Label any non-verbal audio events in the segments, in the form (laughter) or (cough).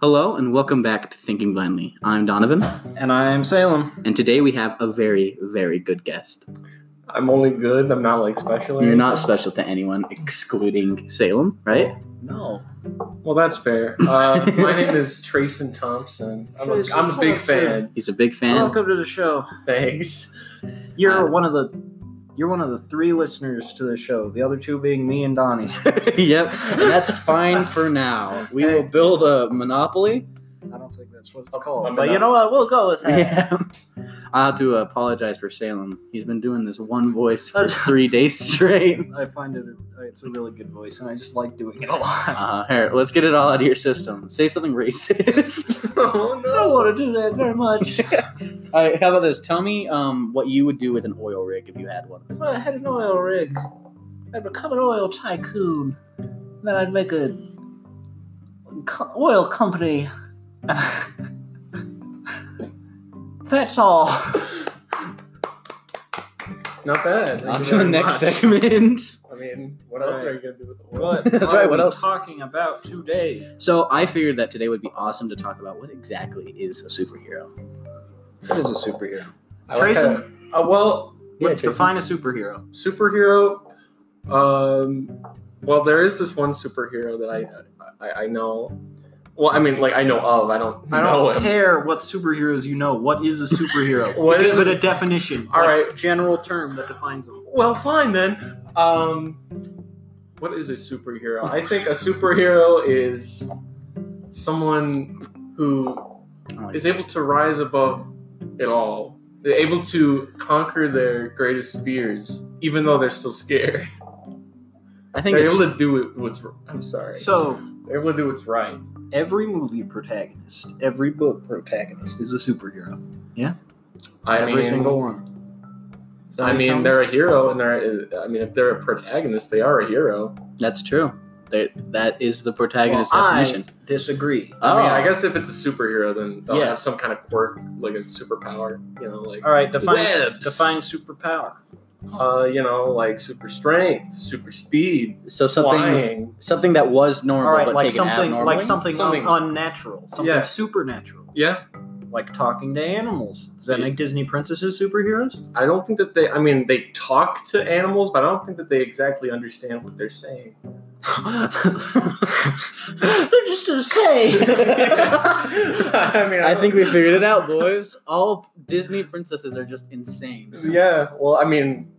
Hello and welcome back to Thinking Blindly. I'm Donovan, And I'm Salem. and today we have a very, very good guest. I'm only good. I'm not like special. or You're anything. not special to anyone excluding Salem, right? No. Well, that's fair. Uh, my name is Trayson Thompson. I'm a, Trayson I'm a big Thompson. fan. He's a big fan. to the show. Thanks. You're one of the. You're one of the three listeners to the show. The other two being me and (laughs) Donnie. (laughs) yep, and that's fine for now. We Hey. will build a monopoly. I don't think that's what it's called, but you know what? We'll go with (laughs) Yeah. I have to apologize for Salem. He's been doing this one voice for (laughs) three days straight. I find it. It's a really good voice, and I just like doing it a lot. (laughs) Uh, here, let's get it all out of your system. Say something racist. (laughs) oh no! I don't want to do that very much. All right, how about this? Tell me um, what you would do with an oil rig if you had one. If I had an oil rig, I'd become an oil tycoon. Then I'd make a co- oil company. (laughs) That's all. Not bad. On to the next segment. (laughs) I mean, what All else right. are you gonna do with the oil? (laughs) What That's right, what we else? Talking about today. So I figured that today would be awesome to talk about what exactly is a superhero. What is a superhero? I like how- uh, well, Yeah, Jason. define a superhero. superhero. Um, well, there is this one superhero that I, I I know. Well, I mean, like I know of. I don't. I don't know him. care what superheroes you know. What is a (laughs) superhero? What Give is it it? a definition. All All right, right. general term that defines them. Well, fine then. Um, what is a superhero? I think a superhero is someone who Oh, is able to rise above it all. They're able to conquer their greatest fears, even though they're still scared. I think They're it's, able to do it- what's. r- I'm sorry. So They're able to do what's right. every movie protagonist, every book protagonist is a superhero. I every mean, single one. Is that what I you're mean, telling me? they're a hero, and they're. I mean, if they're a protagonist, they are a hero. that's true. That that is the protagonist Well, I- definition. disagree. Oh, I mean, I guess if it's a superhero, then they'll Yeah. have some kind of quirk, like a superpower. You know, like All right, define Webs. define superpower. Uh-huh. uh, you know, like super strength, super speed, so something flying. something that was normal All right, but like taken something abnormally. like something, un- Something- unnatural, something Yeah. supernatural, Yeah, like talking to animals. Does that Yeah. make Disney princesses superheroes? I don't think that they. I mean, they talk to animals, but I don't think that they exactly understand what they're (laughs) saying. (laughs) (laughs) they're just (laughs) a say. I mean, I don't- think we figured it out, boys. All Disney princesses are just insane. Yeah. Well, I mean,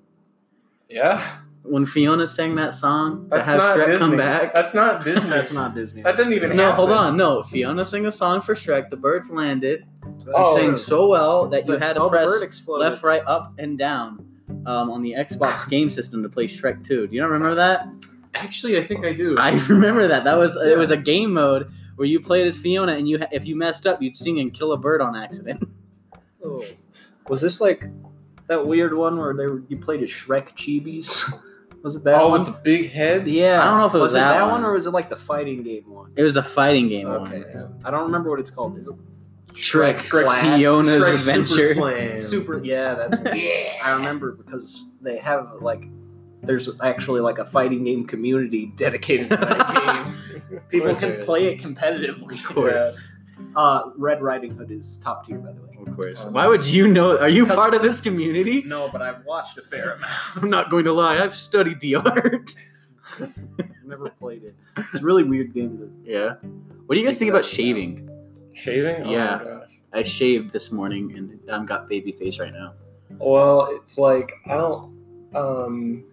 yeah. When Fiona sang that song to That's have not Shrek Disney. come back, (laughs) That's not (laughs) Disney. That's not Disney. That didn't even. No, happen. hold on. No, Fiona sang a song for Shrek. The birds landed. She Oh. sang so well that you But had to all the press bird exploded. left, right, up, and down um, on the Xbox game system to play Shrek 2. Do you not remember that? Actually, I think I do. I (laughs) remember that. That was it was a game mode where you played as Fiona, and you ha- if you messed up, you'd sing and kill a bird on accident. (laughs) Oh. Was this like that weird one where they were, you played as Shrek Chibis? (laughs) Was it that oh, one? with the big heads. yeah, I don't know if it was it that that one. one. or was it like the fighting game one? It was a fighting game Okay, one. I don't remember what it's called. Is it Shrek, Shrek Flat? Fiona's Shrek Adventure. Super Slam. Super? Yeah, (laughs) that's. Yeah. I remember because they have like. There's actually like a fighting game community dedicated to (laughs) that game. People course can there play it is. competitively. Of course. Uh, Red Riding Hood is top tier, by the way. Of course. Uh, Why would you know? Are you part of this community? (laughs) No, but I've watched a fair amount. I'm not going to lie. I've studied the (laughs) art. Never played it. It's a really weird game to Yeah. What do you guys think about shaving? Shaving. Oh Yeah. My gosh. I shaved this morning and I'm got baby face right now. Well, it's like I don't. Um,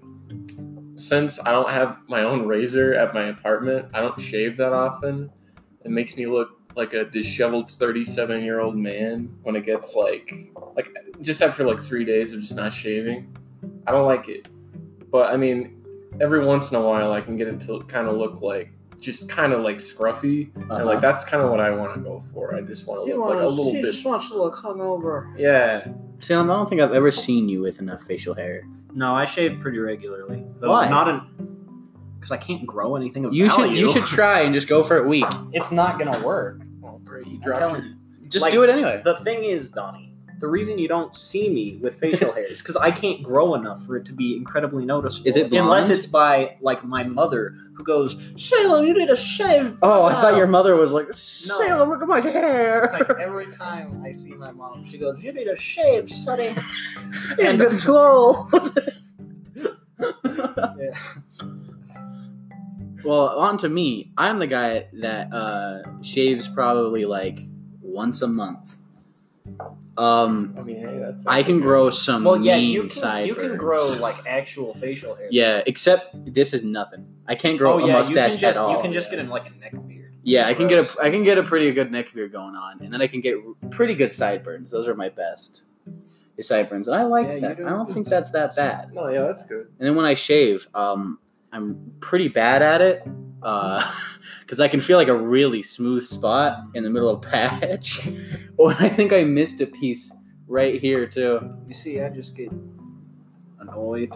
since I don't have my own razor at my apartment, I don't shave that often. It makes me look like a disheveled thirty-seven-year-old man when it gets like like just after like three days of just not shaving. I don't like it, but I mean, every once in a while I can get it to kind of look like just kind of like scruffy, and Uh-huh. like that's kind of what I want to go for. I just want to look like a little bit. wants to look hungover. Yeah, Sam, I don't think I've ever seen you with enough facial hair. No, I shave pretty regularly. Though Why? Not an because I can't grow anything of You should value. you should try and just go for a week. It's not gonna work. you I'm telling you. Just Like- do it anyway. The thing is, Donnie, The reason you don't see me with facial hair is because I can't grow enough for it to be incredibly noticeable. Is it unless blonde? it's by like my mother who goes, Salem, you need a shave. Oh, I thought No. your mother was like, Salem, look at my Uh, (laughs) like hair. every time I see my mom, she goes, You need a (laughs) shave, sonny. You're and- getting too old. (laughs) Yeah. well, on to me. I'm the guy that uh, shaves probably like once a month. Um, I mean, hey, that's. I that's can okay. grow some Well, mean yeah, you can, sideburns. you can grow like actual facial hair. Yeah, except this is nothing. I can't grow oh, yeah, a mustache you can just, at all. You can just yeah. get in like a neck beard. Yeah, It's I can get gross. a I can get a pretty good neck beard going on, and then I can get pretty good sideburns. Those are my best sideburns, and I like Yeah, you that. do I a don't good think that's that bad. No, yeah, that's good. And then when I shave, um, I'm pretty bad at it, (laughs) because I can feel like a really smooth spot in the middle of patch. (laughs) oh, and I think I missed a piece right here too (laughs) You see, I just get annoyed.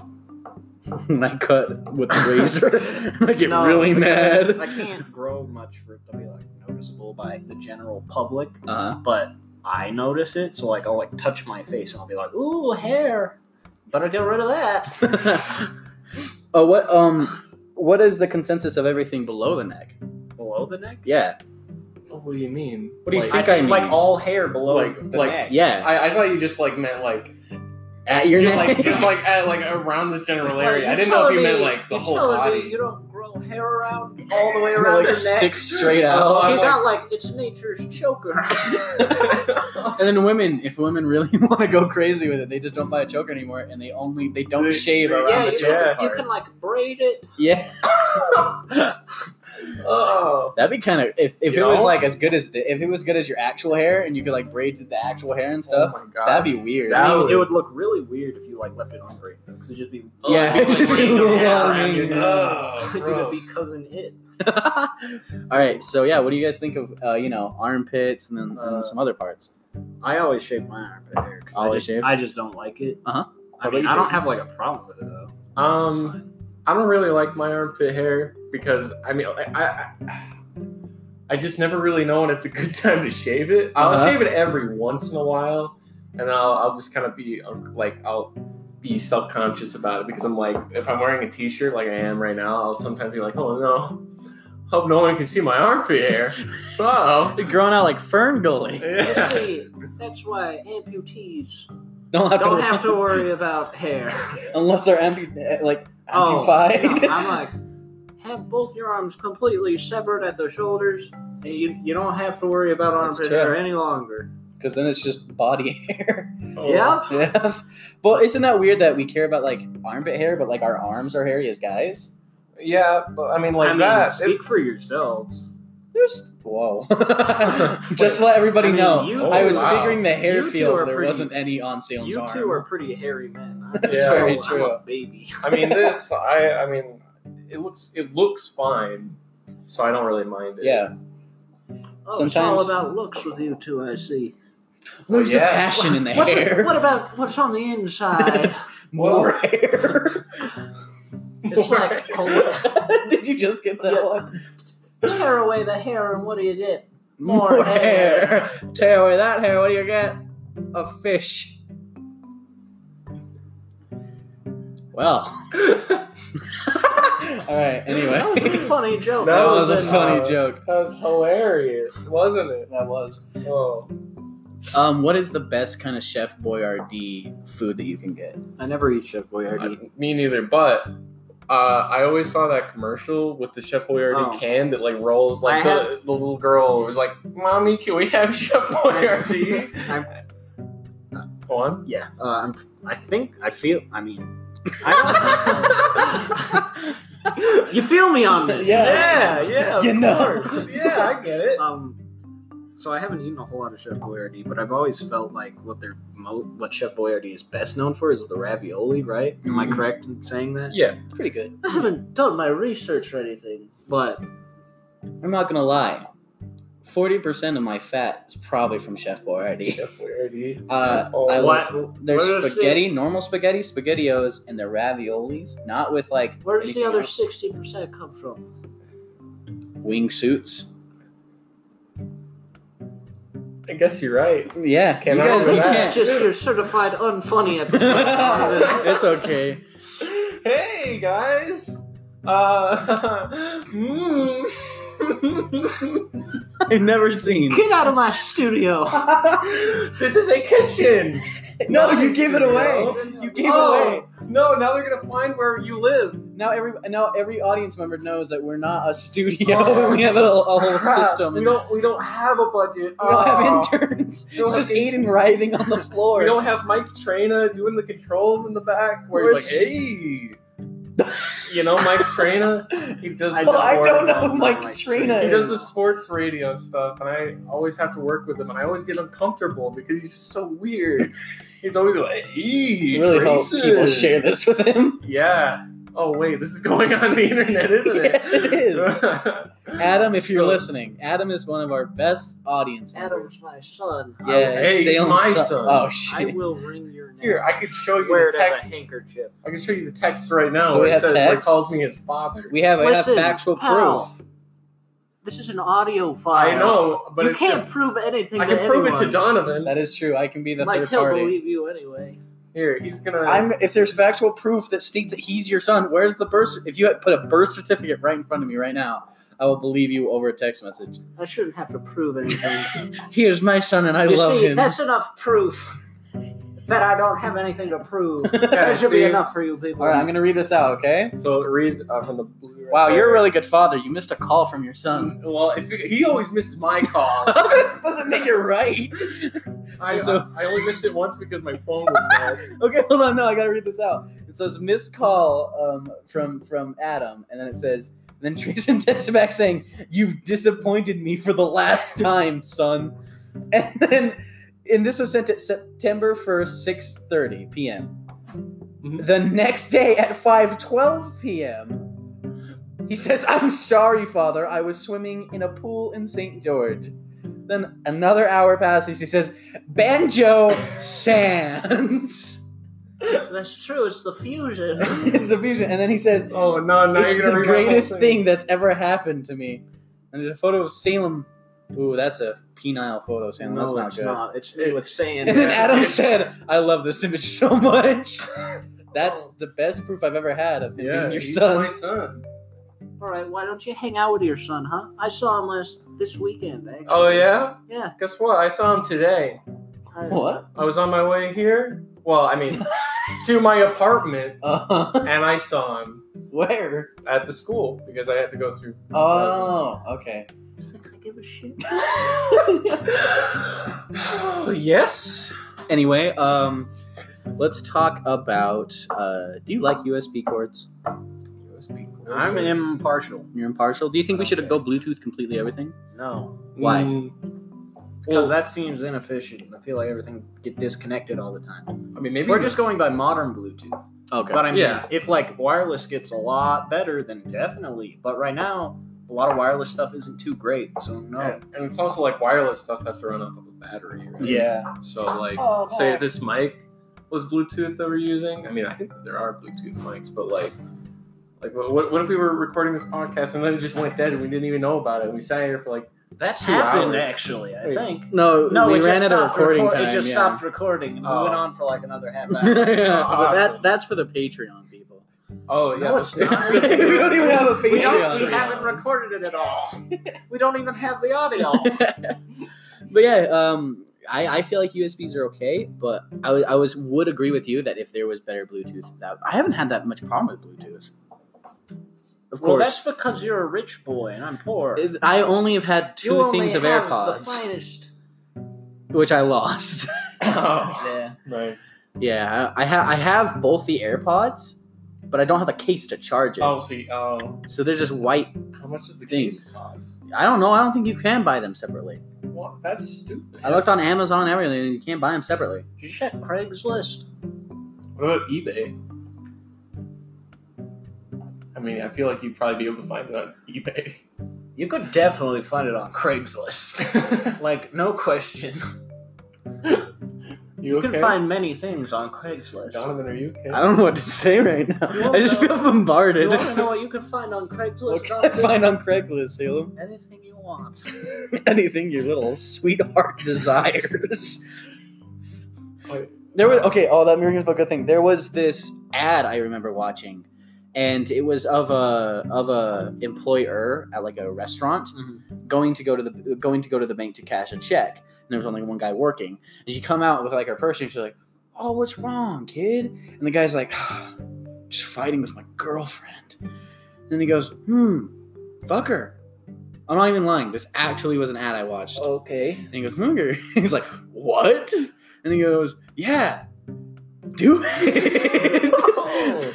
when I cut with the razor. (laughs) I get No, really because mad. (laughs) I can't grow much for it to be like noticeable by the general public, Uh-huh. but I notice it. So like I'll like touch my face and I'll be like, "Ooh, hair! Better get rid of that." (laughs) Uh-huh. oh, what um, what is the consensus of everything below the neck? Below the neck. Yeah, Well, what do you mean? What do you Like, think I like mean? all hair below Like- the like- neck. yeah, I, I thought you just like meant like (laughs) at your just, (laughs) neck. like just like at, like around this general area. I didn't know if you meant like the whole body. you don't grow hair around all the (laughs) (laughs) way It, like, around your neck. sticks straight out. Oh, You I'm got like it's nature's choker. (laughs) And then women, if women really (laughs) want to go crazy with it, they just don't buy a choker anymore, and they only they don't They- shave they- around yeah, the you, choker Can, you part. can like braid it. Yeah, oh, that'd be kind of if, if You it was know? like as good as the, if it was good as your actual hair, and you could like braid the actual hair and stuff. Oh my gosh. that'd be weird. That (laughs) I mean, would- it would look really weird if you like left it on braid because it'd just be Yeah. it'd (laughs) be, like, Like, random hair Yeah. around your neck. Oh, It'd be gross. uh, cousin it. All right, so yeah, what do you guys think of uh, you know armpits and then, and Uh, then some other parts? I always shave my armpit hair because I Always just shave? I just don't like it. Uh-huh. I about mean, you, I don't Jason? have like a problem with it (laughs) though. It's Um, fine. I don't really like my armpit hair because I mean I I, I just never really know when it's a good (laughs) time to shave it. I'll Uh-huh. shave it every once in a while, and I'll I'll just kind of be um, like I'll be self conscious about it because I'm like if I'm wearing a t shirt like I am right now, I'll sometimes be like oh no, hope no one can see my armpit hair. Oh. Growing out like fern gully. You Yeah. (laughs) see, that's why amputees (laughs) Don't have don't to, (laughs) have to worry about hair. unless they're ampu- uh, like Oh, amplified. no, I'm (laughs) like, have both your arms completely severed at the shoulders, and you, you don't have to worry about That's armpit true. hair any longer. because then it's just body (laughs) hair. Oh, Yep. yeah. (laughs) But isn't that weird that we care about like armpit hair, but like our arms are hairy as guys? Yeah, but I mean like I mean, that. speak for yourselves. Just whoa. (laughs) just let everybody I mean, know. you I two- was wow. figuring the hair You two field. are There pretty- wasn't any on Salem's You arm. two are pretty hairy men. (laughs) I'm That's just- very I'm true. a (laughs) baby. I mean this. I I mean it looks it looks fine, so I don't really mind it. (laughs) yeah. Oh, it's all Sometimes- about looks with you two, I see. Where's yeah. the passion in the What's- hair? what about what's on the inside? (laughs) More hair. (laughs) It's like oh, Did you just get that Yeah. one? tear away the hair, and what do you get? More, More hair. Tear away that hair. What do you get? A fish. Well. (laughs) All right. Anyway. That was a (laughs) funny joke. That was a a funny funny joke. That was hilarious, wasn't it? uh, That was. Oh, Um, what is the best kind of Chef Boyardee food that you can get? I never eat Chef Boyardee. me neither. But uh, I always saw that commercial with the Chef Boyardee Oh. can that like rolls. Like I the, the little girl was like, "Mommy, can we have Chef (laughs) Boyardee?" I'm- Go on. Yeah, uh, I'm, I think I feel. I mean, (laughs) I don't, (laughs) you feel me on this? Yeah. yeah, You know. Yeah, I get (laughs) it. Um, so I haven't eaten a whole lot of Chef Boyardee, but I've always felt like what they're mo- what Chef Boyardee is best known for is the ravioli, right? Am I Mm. Mhm. correct in saying that? Yeah, Pretty good. I haven't done my research or anything. But I'm not gonna lie. Forty percent of my fat is probably from Chef Boyardee. (laughs) Chef Boyardee. Uh, Oh, I what? love- There's Where is it? spaghetti, normal spaghetti, spaghettios, and the raviolis. Not with like. Where does the anything other else. sixty percent come from? wingsuits? I guess you're right. Yeah, Can you I guys have just that? can't. just your (laughs) certified unfunny episode. it's okay. Hey guys. Uh, hmm. mm. (laughs) I've never (laughs) seen. Get out of my studio. (laughs) this is a kitchen. No, Not you a gave it studio. away. You gave Oh, away. No, now they're gonna find where you live. Now every now every audience member knows that we're not a studio. Oh, (laughs) we have a, a whole Crap, system. We and we don't. We don't have a budget. don't Oh. have interns. We don't It's have just Aiden writhing on the floor. We don't have Mike Traina doing the controls in the back where he's like, Where's- hey. (laughs) you know, Mike Traina? He does I the don't, I don't sports- know who No, Mike Mike Trina He is. does the sports radio stuff, and I always have to work with him, and I always get uncomfortable because he's just (laughs) so weird. he's always like, hey, I really hope Tracy." people share this with him. Yeah. Oh, wait, this is going on the internet, isn't it? Yes, it is. is. Adam, if you're Oh. listening, Adam is one of our best audience members. Adam's my son. Yeah, Hey, he's Salem's my son. Oh I shit! will ring your (laughs) neck. Here, I could show you Wear it the as text. a handkerchief. I can show you the text right now. Do we where it have says, where it text? calls me his father. we have I have Listen, factual pal. proof. This is an audio file. I know, but you it's can't prove anything. I can to prove it anyone. to Donovan. That is true. I can be the Like third he'll party. believe you anyway. Here, he's gonna. I'm if there's factual proof that states that he's your son, where's the birth? If you had put a birth certificate right in front of me right now, I will believe you over a text message. I shouldn't have to prove anything. Here's my son, and (laughs) I you love see, him. (laughs) that's enough proof that I don't have anything (laughs) to prove. Yeah, that should see? be enough for you people. All right, I'm gonna read this out. Okay. So read uh, from the. Blue Wow, you're a really good father. You missed a call from your son. Well, it's, he always misses my call. this (laughs) doesn't make it right. I, So- I only missed it once because my phone was (laughs) dead. (laughs) Okay, hold on. No, I gotta read this out. It says missed call um, from from Adam, and then it says then (laughs) Tristan texts back saying you've disappointed me for the last time, son. (laughs) And then and this was sent at September first, six thirty p.m. Mhm. The next day at five twelve p.m. He says, "I'm sorry, father. I was swimming in a pool in St. George." Then another hour passes. He says, "Banjo Sands." (laughs) That's true. It's the fusion. it's a fusion. And then he says, Oh no! Now It's you're gonna the read my whole greatest thing. thing. that's ever happened to me. And there's a photo of Salem. Ooh, that's a penile photo, Salem. that's (laughs) no, not it's good. not. It's me with (laughs) sand. And then Yeah. Adam said, I love this image so (laughs) much. Oh, That's the best proof I've ever had of him Yeah, being your he's son. my son. All right, why don't you hang out with your son, huh? I saw him last this weekend. Actually. Oh yeah. yeah. Guess what? I saw him today. I- What? I was on my way here. Well, I (laughs) mean, to my apartment, Uh, (laughs) and I saw him where? at the school because I had to go through. Oh, (laughs) okay. (laughs) It's like I give a shit. Oh, yes. Anyway, um, let's talk about. Uh, do you like USB cords? I'm impartial. You're impartial. Do you think we should Okay. go Bluetooth completely everything? No, Why? Mm, because that seems inefficient. I feel like everything get disconnected all the time. I mean, maybe We're just going by modern Bluetooth. Okay. But I mean, Yeah. if like wireless gets a lot better, then definitely. But right now, a lot of wireless stuff isn't too great, so no. And, and it's also like wireless stuff has to run off of a battery, right? Yeah. So like, Oh, say no. this mic was Bluetooth that we're using. I mean, I think that there are Bluetooth mics, but like, like what, what what if we were recording this podcast and then it just went dead and we didn't even know about it? We sat here for like, That's Two happened hours. actually. I Wait. think. No, No, we it ran just out of stopped recording record- time. It just yeah. (laughs) stopped recording, and we went Oh. on for like another half yeah, hour. Ah. but that's Awesome. that's for the Patreon people. oh yeah, No, it's but- (laughs) not. we don't even have a We don't. We Patreon. haven't recorded it at (laughs) all. we don't even have the audio. but yeah, um, I, I feel like USBs are okay, but I, was- I was would agree with you that if there was better Bluetooth, that I haven't had that much problem with Bluetooth. Of Well, that's course, because you're a rich boy and I'm poor. It- I only have had two You only things of have AirPods, The finest. (laughs) which I lost. (coughs) (laughs) Oh, yeah, (coughs) nice. yeah, I, I have I have both the AirPods, but I don't have the case to charge it. Oh, see, oh, So they're just white. how much does the Thanks. case cost? I don't know. I don't think you can buy them separately. What? That's stupid. I looked on Amazon, everything, and you can't buy them separately. Did you check Craigslist? What about eBay? I mean, I feel like you'd probably be able to find it on eBay. (laughs) You could definitely find it on Craigslist. like, no question. You, You can okay? find many things on Craigslist. Donovan, are you okay? (laughs) I don't know what to say right You now. wanna I just know- feel bombarded. You want to know what you can find on (laughs) Craigslist? What can I Donovan? find on Craigslist, Salem? (laughs) anything you want? anything your little sweetheart (laughs) desires. There was okay. Oh, that brings up a good thing. There was this ad I remember watching, and it was of a of a employer at like a restaurant going to go to the going to go to the bank to cash a check, and there was only one guy working. And she come out with like her purse, and she's like, "Oh, what's wrong, kid?" And the guy's like, (sighs) "Just fighting with my girlfriend." And he goes, "Hmm, fuck her." I'm not even lying. This actually was an ad I watched. Okay. And he goes, Hunger. (laughs) He's like, What? And he goes, Yeah, do it.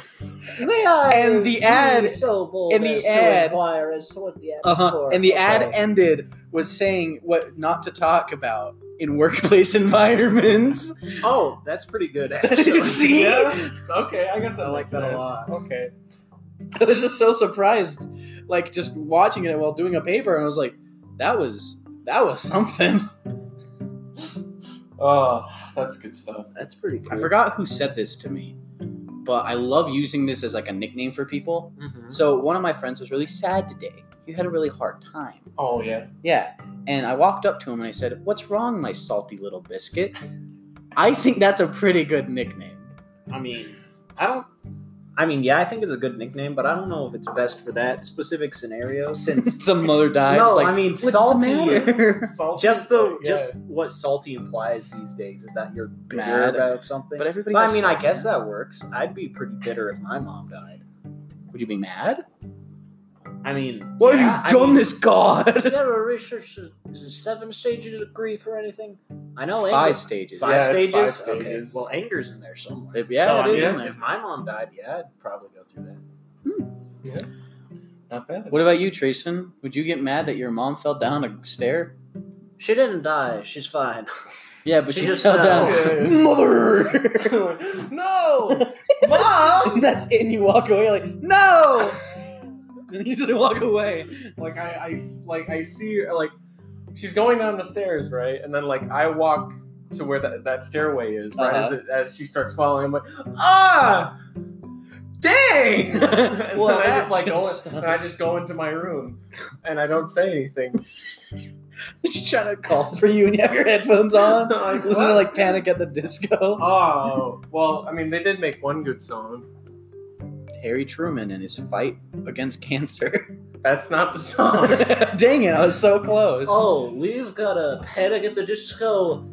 May I? Oh. And the be ad- So bold and the as ad- to inquire as to what the ad. is uh-huh. for. And the ad Okay. ended with saying what not to talk about in workplace (laughs) environments. Oh, that's pretty (laughs) good. (laughs) Actually. See? Yeah. Okay, I guess I I like that a lot. Okay. I was just so surprised, like just watching it while doing a paper, and I was like, that was that was something. Oh, that's good stuff. That's pretty good. I forgot who said this to me, but I love using this as like a nickname for people. So one of my friends was really sad today. He had a really hard time. Oh yeah. Yeah. And I walked up to him and I said, What's wrong, my salty little biscuit? I think that's a pretty good nickname. I mean, I don't. I mean, yeah, I think it's a good nickname, but I don't know if it's best for that specific scenario (laughs) since. Some mother dies. no, like, I mean "What's the salty. (laughs) matter?" Salty Just is the Oh, like, yeah. just what salty implies these days is that you're bitter Mad. about something. but everybody. But gets I mean, I salty guess now. that works. I'd be pretty bitter if my mom died. Would you be mad? I mean, What yeah, have you I done, mean, (laughs) this (laughs) god? Never researched the the seven stages of grief or anything. I know five anger. stages. Five Yeah, it's stages. five Okay. stages. Well, anger's in there somewhere. It- yeah, so, it I is mean, in there. If my mom died, yeah, I'd probably go through that. Not bad. What about you, Trayson? Would you get mad that your mom fell down a stair? She didn't die. She's fine. Yeah, but she, She just fell fell. down. Oh, Yeah, yeah. Mother! (laughs) (laughs) no, mom. That's it, and you walk away like, no! and you just walk away. Like I, I s- like I see her, like she's going down the stairs, right? And then like I walk to where that, that stairway is, right? Uh-huh. As, it, as she starts falling, I'm like, ah, dang! (laughs) (laughs) and Well, then I that just like go, just in- and I sucks. just go into my room, and I don't say anything. She's trying to call for you and you have your headphones (laughs) on. I'm like, Listen to "What?" like Panic at the Disco. Oh well, I mean they did make one good song. Harry Truman and his fight against cancer. That's not the song. (laughs) Dang it, I was so close. Oh, we've got a panic at the disco.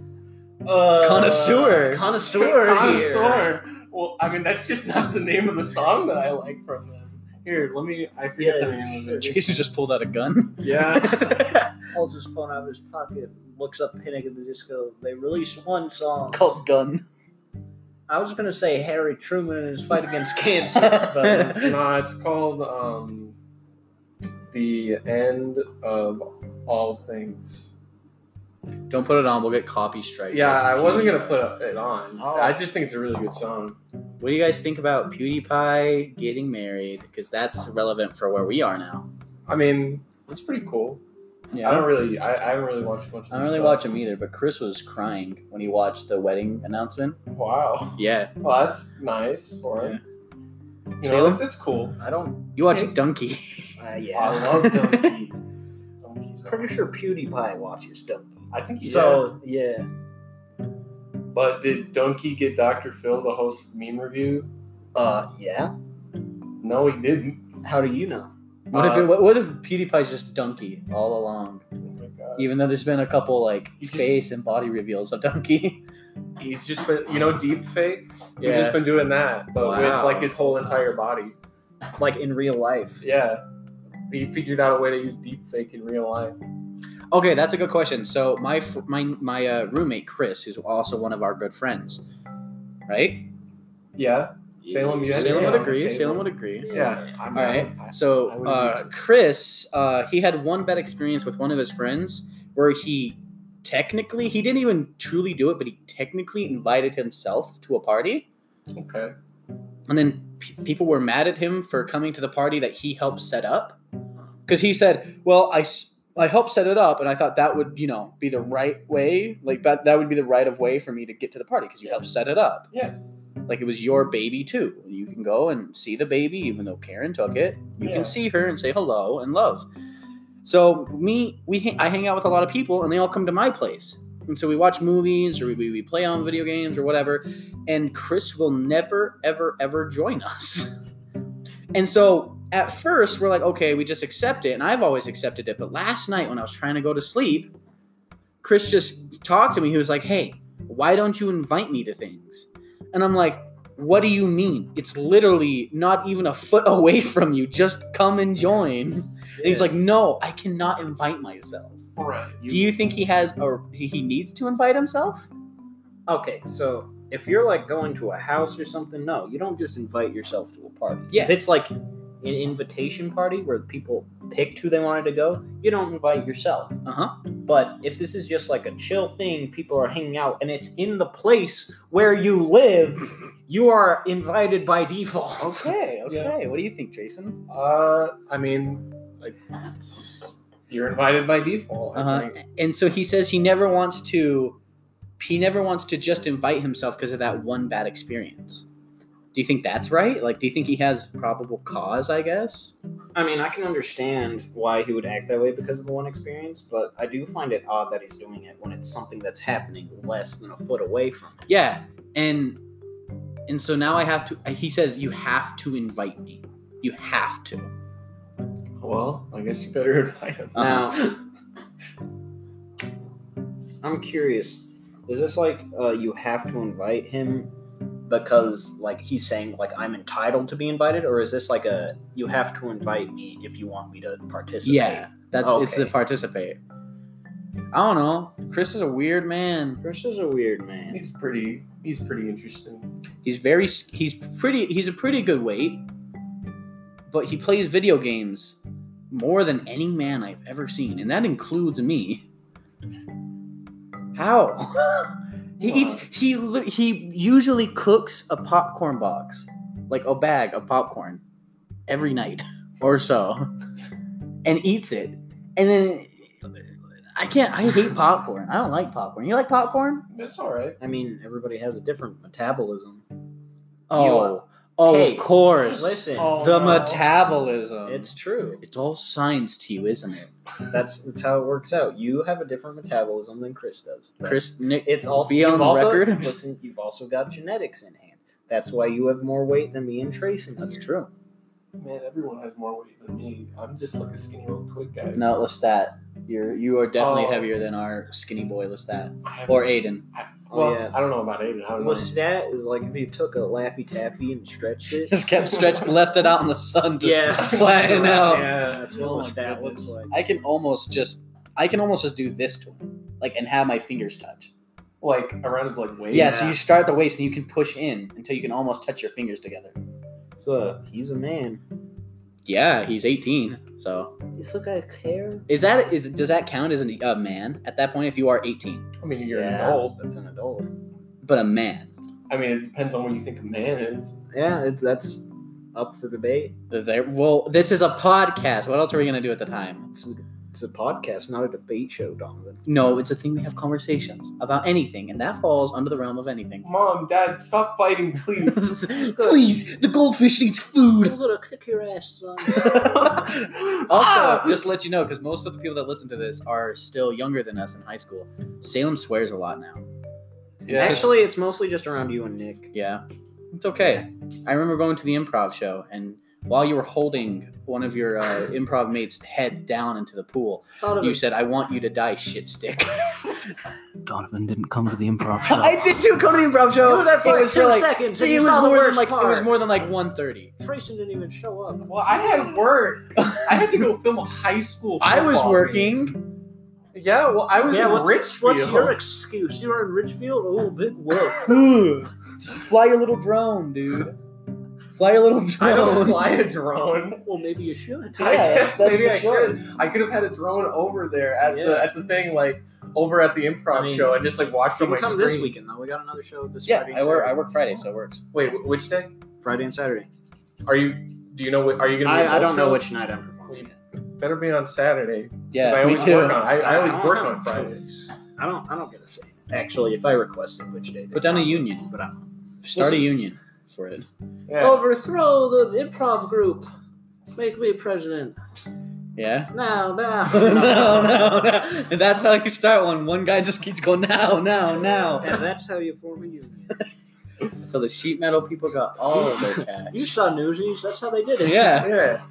Uh, Connoisseur. Connoisseur. Here. Connoisseur. Well, I mean that's just not the name of the song that I like from them. Here, let me. I forget Yeah, the name of it. Jason just pulled out a gun. Yeah. Holds his phone out of his pocket. Looks up panic at the disco. They released one song. (laughs) Called gun. I was gonna say Harry Truman and his fight against cancer, (laughs) but um, But no, it's called um, the end of all things. don't put it on, we'll get copy strike. Yeah, I wasn't gonna put it on. Oh. I just think it's a really good song. What do you guys think about PewDiePie getting married? Because that's relevant for where we are now. I mean, it's pretty cool. I don't really. I, I haven't really watched much. Of I don't this really watch stuff. him either, but Chris was crying when he watched the wedding announcement. Wow. Yeah. Well, that's nice for him. You know, Salem? it's, it's cool. I don't. You watched Donkey. Uh, I yeah. love Donkey. Donkey's Pretty awesome. sure PewDiePie watches Donkey. I think he so. So yeah, But did Donkey get Dr. Phil to host meme review? uh, yeah. No, he didn't. How do you know? What if Uh, it, what, what if PewDiePie's just donkey all along? Oh my god. Even though there's been a couple like He's just- face and body reveals of donkey. (laughs) He's just been, you know, deep fake. He's Yeah. just been doing that, but Wow. with like his whole entire body. Like in real life. Yeah. He figured out a way to use deep fake in real life. Okay, that's a good question. So my fr- my my uh, roommate Chris, who's also one of our good friends, right? Yeah. Salem, you had Salem would it on the agree. table. Salem would agree. Yeah. I'm, All right. I- So I would uh, agree, too. Chris, uh, he had one bad experience with one of his friends where he technically he didn't even truly do it, but he technically invited himself to a party. okay. and then pe people were mad at him for coming to the party that he helped set up because he said well I, s- I helped set it up and i thought that would you know be the right way like that, that would be the right of way for me to get to the party because you helped set it up Yeah. like it was your baby too you can go and see the baby even though karen took it you Yeah. can see her and say hello and love So me, we ha- I hang out with a lot of people, and they all come to my place, and so we watch movies or we, we play on video games or whatever. And Chris will never, ever, ever join us. and so at first we're like, okay, we just accept it, and I've always accepted it. But last night when I was trying to go to sleep, Chris just talked to me. He was like, hey, why don't you invite me to things? And I'm like. What do you mean? It's literally not even a foot (laughs) away from you. Just come and join. And he's like, no, I cannot invite myself. right. Do you think he has or he he needs to invite himself? Okay, so if you're like going to a house or something, no, you don't just invite yourself to a party. Yeah. If it's like an invitation party where people picked who they wanted to go, you don't invite yourself. Uh huh. But if this is just like a chill thing, people are hanging out and it's in the place where you (laughs) live, you are invited by default. (laughs) (laughs) Okay. Okay. Yeah. What do you think, Jason? Uh, I mean, like, it's- you're invited by default. I Uh-huh. think. And so he says he never wants to. He never wants to just invite himself because of that one bad experience. Do you think that's right? Like, do you think he has probable cause? I guess. I mean, I can understand why he would act that way because of the one experience, but I do find it odd that he's doing it when it's something that's happening less than a foot away from him. Yeah. And and so now I have to. He says you have to invite me. You have to. Well, I guess you better (laughs) invite him. Uh-huh. Now, I'm curious. Is this like uh, you have to invite him because like he's saying like I'm entitled to be invited, or is this like a you have to invite me if you want me to participate? Yeah, that's it's the Okay. participate. I don't know. Chris is a weird man. Chris is a weird man. He's pretty. He's pretty interesting. He's very s- he's pretty he's a pretty good weight, but he plays video games more than any man I've ever seen, and that includes me. How? (laughs) he eats he li- he usually cooks a popcorn box, like a bag of popcorn every night (laughs) or so and eats it. And then I can't I hate popcorn. I don't like popcorn. You like popcorn? That's all right. I mean, everybody has a different metabolism. Oh, oh, Hey, of course. Oh. Listen, the metabolism. it's true. it's all science to you, isn't it? That's that's how it works out. You have a different metabolism than Chris does. That's- Chris, Nick, It's also Be on you've also, record. Listen, you've also got genetics in hand. That's why you have more weight than me and Trace. In That's here. true. Man, everyone has more weight than me. I'm just like a skinny little twig guy. No, Lestat, you're you are definitely Oh. heavier than our skinny boy Lestat I haven't or s- Aiden. Oh, Well, yeah. I don't know about Aiden. I don't know. What's that? Is like if you took a laffy taffy and stretched (laughs) it. Just kept stretched, left it out in the sun to (laughs) yeah, (laughs) flatten out. Yeah, That's what Oh a my stat looks goodness. I like. can almost just, I can almost just do this to him, like, and have my fingers touch. like around his like waist. Yeah, so you start at the waist and you can push in until you can almost touch your fingers together. So he's a man. Yeah, he's 18, so These little guys care. is that is does that count as an, a man at that point if you are 18? I mean, you're an Yeah. adult. That's an adult. But a man. I mean, it depends on what you think a man is. Yeah, it's, that's up for debate. There, well, this is a podcast. What else are we gonna do at the time? It's a, it's a podcast, not a debate show, Donovan. No, it's a thing we have conversations about anything, and that falls under the realm of anything. (laughs) Mom, Dad, stop fighting, please. Please, the goldfish needs (laughs) food. gonna kick your ass, son. Also, just to let you know, because most of the people that listen to this are still younger than us in high school. Salem swears a lot now. yeah. Actually, it's mostly just around you and Nick. Yeah. It's okay. I remember going to the improv show and while you were holding one of your uh, improv mates' head down into the pool, Thought you said, I want you to die, shit stick. (laughs) Donovan didn't come to the (laughs) improv did too go to the improv You were there for like two seconds. and it you was saw the more than worst like it was part. more than like 1.30. Trayson didn't even show up. well, I had work. I had to go film a high school. I was football game. working. (sighs) Yeah, well, I was yeah, in what's, Richfield. what's your excuse? You were in Richfield? Oh, big whoop. Ugh. Fly your little drone, dude. Fly your little (laughs) I don't drone. fly a drone. well, maybe you should. I Yeah, guess that's maybe the I could. choice. I could have had a drone over there at Yeah. the at the thing, like over at the I improv mean, show, and just like watched You on can my come screen. this weekend, though. We got another show this (laughs) yeah, Friday. and I work I Saturday. work Friday, so it works. Wait, wh- which day? Friday and Saturday. Are you? Do you know? What, are you gonna? Be at I, I don't both know shows? which night I'm performing. Better be on Saturday. 'cause Yeah, I me always too. Work on, I, I always I don't work know. (laughs) on Fridays. I don't. I don't get a say. Actually, if I requested which day, Put down a union. But I'm Start a Listen. union for it. Yeah. Overthrow the improv group. Make me president. (laughs) Yeah. (laughs) No, (laughs) no. no, no, no. And that's how you start one. One guy just keeps going now, now, now. (laughs) And that's how you form a union. So the sheet metal people got all of (laughs) their cash. You saw Newsies. That's how they did it. Yeah. Yeah.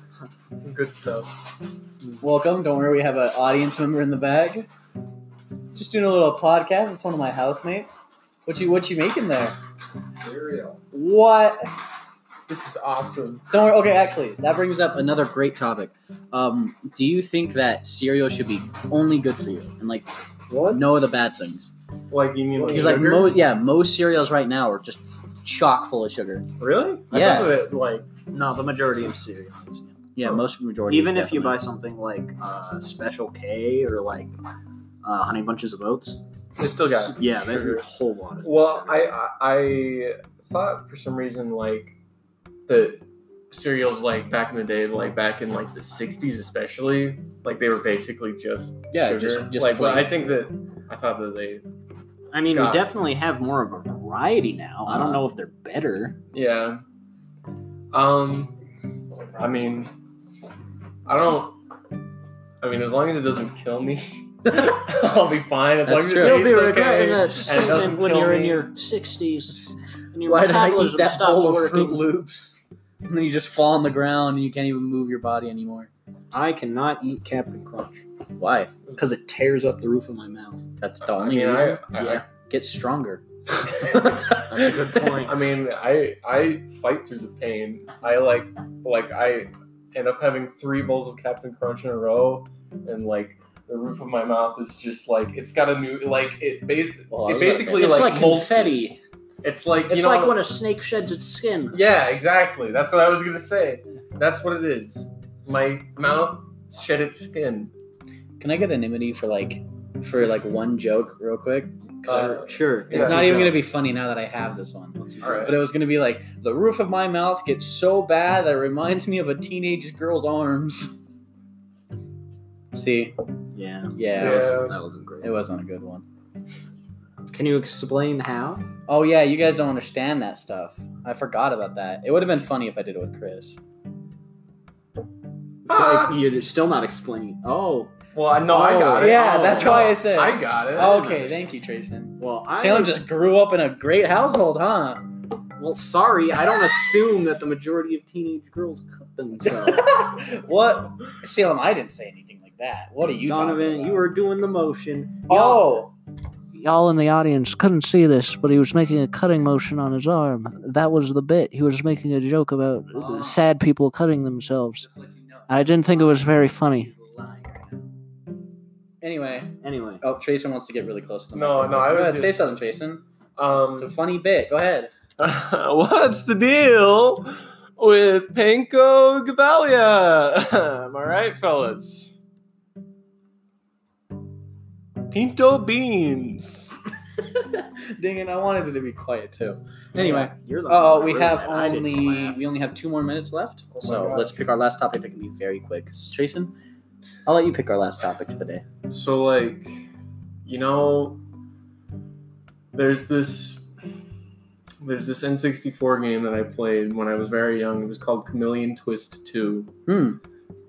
Good stuff. Welcome. Don't worry, we have an audience member in the back. Just doing a little podcast. It's one of my housemates. What you what you making there? Cereal. What? This is awesome. Don't worry. Okay, actually, that brings up another great topic. Um, do you think that cereal should be only good for you and like What? no other bad things? Like you mean like Because like sugar? mo- yeah, most cereals right now are just chock full of sugar. really? I Yeah. thought of it like no, the majority of cereal is. yeah. Yeah, Oh. most majority. Even if you buy something like uh, Special K or like uh, Honey Bunches of Oats, They still got s- yeah, they sugar. a whole lot. Of Well, sugar. I, I I thought for some reason like the cereals like back in the day, like back in like the '60s especially, like they were basically just Yeah, sugar. just- just like but flavor. I think that I thought that they I mean, we God. definitely have more of a variety now. I Uh-huh. don't know if they're better. yeah. Um, I mean, I don't. I mean, as long as it doesn't kill me, (laughs) I'll be fine. As That's long as true. it You'll tastes okay that and it doesn't statement when kill you're me. in your sixties and your why did I eat metabolism that stops bowl of working. Fruit Loops? And then you just fall on the ground and you can't even move your body anymore. I cannot eat Captain Crunch Why? because it tears up the roof of my mouth. That's the I only mean, I- reason. I- yeah, get stronger. That's a good point. I mean, I I fight through the pain. I like like I end up having three bowls of Captain Crunch in a row, and like the roof of my mouth is just like it's got a new like it. Ba- Well, I was about it to say- basically It's like, like, molts- confetti. It's like It's you know. like when a snake sheds its skin. yeah, exactly. That's what I was gonna say. That's what it is. My mouth shed its skin. Can I get anonymity for like for like one joke real quick? 'Cause Uh, Sure. it's yeah. not even gonna be funny now that I have this one. All right. But it was gonna be like the roof of my mouth gets so bad that it reminds me of a teenage girl's arms. (laughs) See, Yeah. yeah, That, It, was, wasn't, that wasn't great. it wasn't a good one. Can you explain how? Oh yeah, you guys don't understand that stuff. I forgot about that. It would have been funny if I did it with Chris. Ah! You're still not explaining. Oh, Well, I no, I got it. Yeah, Oh, that's no. why I said. I got it. okay, thank you, Trayson. well, I Salem just grew up in a great household, huh? Well, sorry, I don't assume that the majority of teenage girls cut themselves. what? Salem, I didn't say anything like that. What are you, talking Donovan, about? you were doing the motion. Oh, Y'all in the audience couldn't see this, but he was making a cutting motion on his arm. That was the bit. He was making a joke about Ah. sad people cutting themselves. I didn't think it was very funny. Anyway, Anyway, oh, Trayson wants to get really close to the No, mic. no, I Go was ahead, say just- something, Trayson. Um, It's a funny bit. Go (laughs) ahead. What's the deal with Panko Gabalia? (laughs) Am I right, fellas? Pinto beans. Dang it, I wanted it to be quiet too. Anyway, you're the oh, one we that have ruined it. I didn't only laugh. we only have two more minutes left. Oh my so gosh. let's pick our last topic. It can be very quick. Trayson, I'll let you pick our last topic for the day. So, like, you know, there's this there's this N64 game that I played when I was very young. It was called Chameleon Twist 2. Hmm.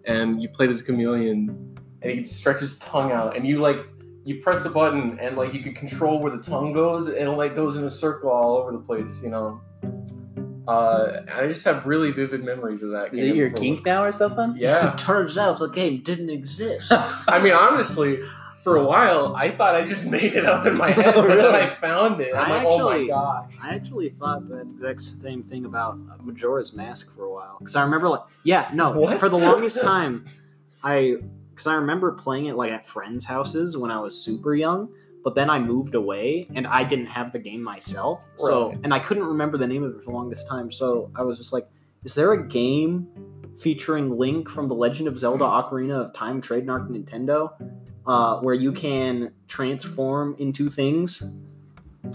and you play this chameleon and he stretches his tongue out and you like you press a button and like you can control where the tongue goes and it like goes in a circle all over the place you know uh i just have really vivid memories of that Is game it your for- kink now or something? yeah Turns out the game didn't exist. i mean honestly for a while i thought i just (laughs) made it (laughs) up in my head Oh, but then really? i found it i'm I like oh my actually- gosh I actually thought that exact same thing about Majora's Mask for a while because I remember like yeah no What? for the (laughs) longest time I because I remember playing it like at friends' houses when I was super young. But then I moved away and I didn't have the game myself. So and I couldn't remember the name of it for the longest time. So I was just like, is there a game featuring Link from The Legend of Zelda: Ocarina of Time trademark Nintendo, uh, where you can transform into things? (laughs)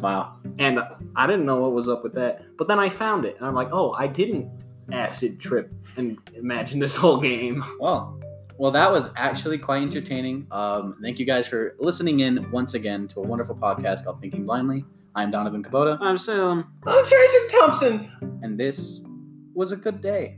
Wow. and I didn't know what was up with that. But then I found it, and I'm like, oh, I didn't acid trip and imagine this whole game. Well, well, that was actually quite entertaining. Um, thank you guys for listening in once again to a wonderful podcast called Thinking Blindly. I'm Donovan Kubota, I'm saying. i'm tracer thompson and this was a good day.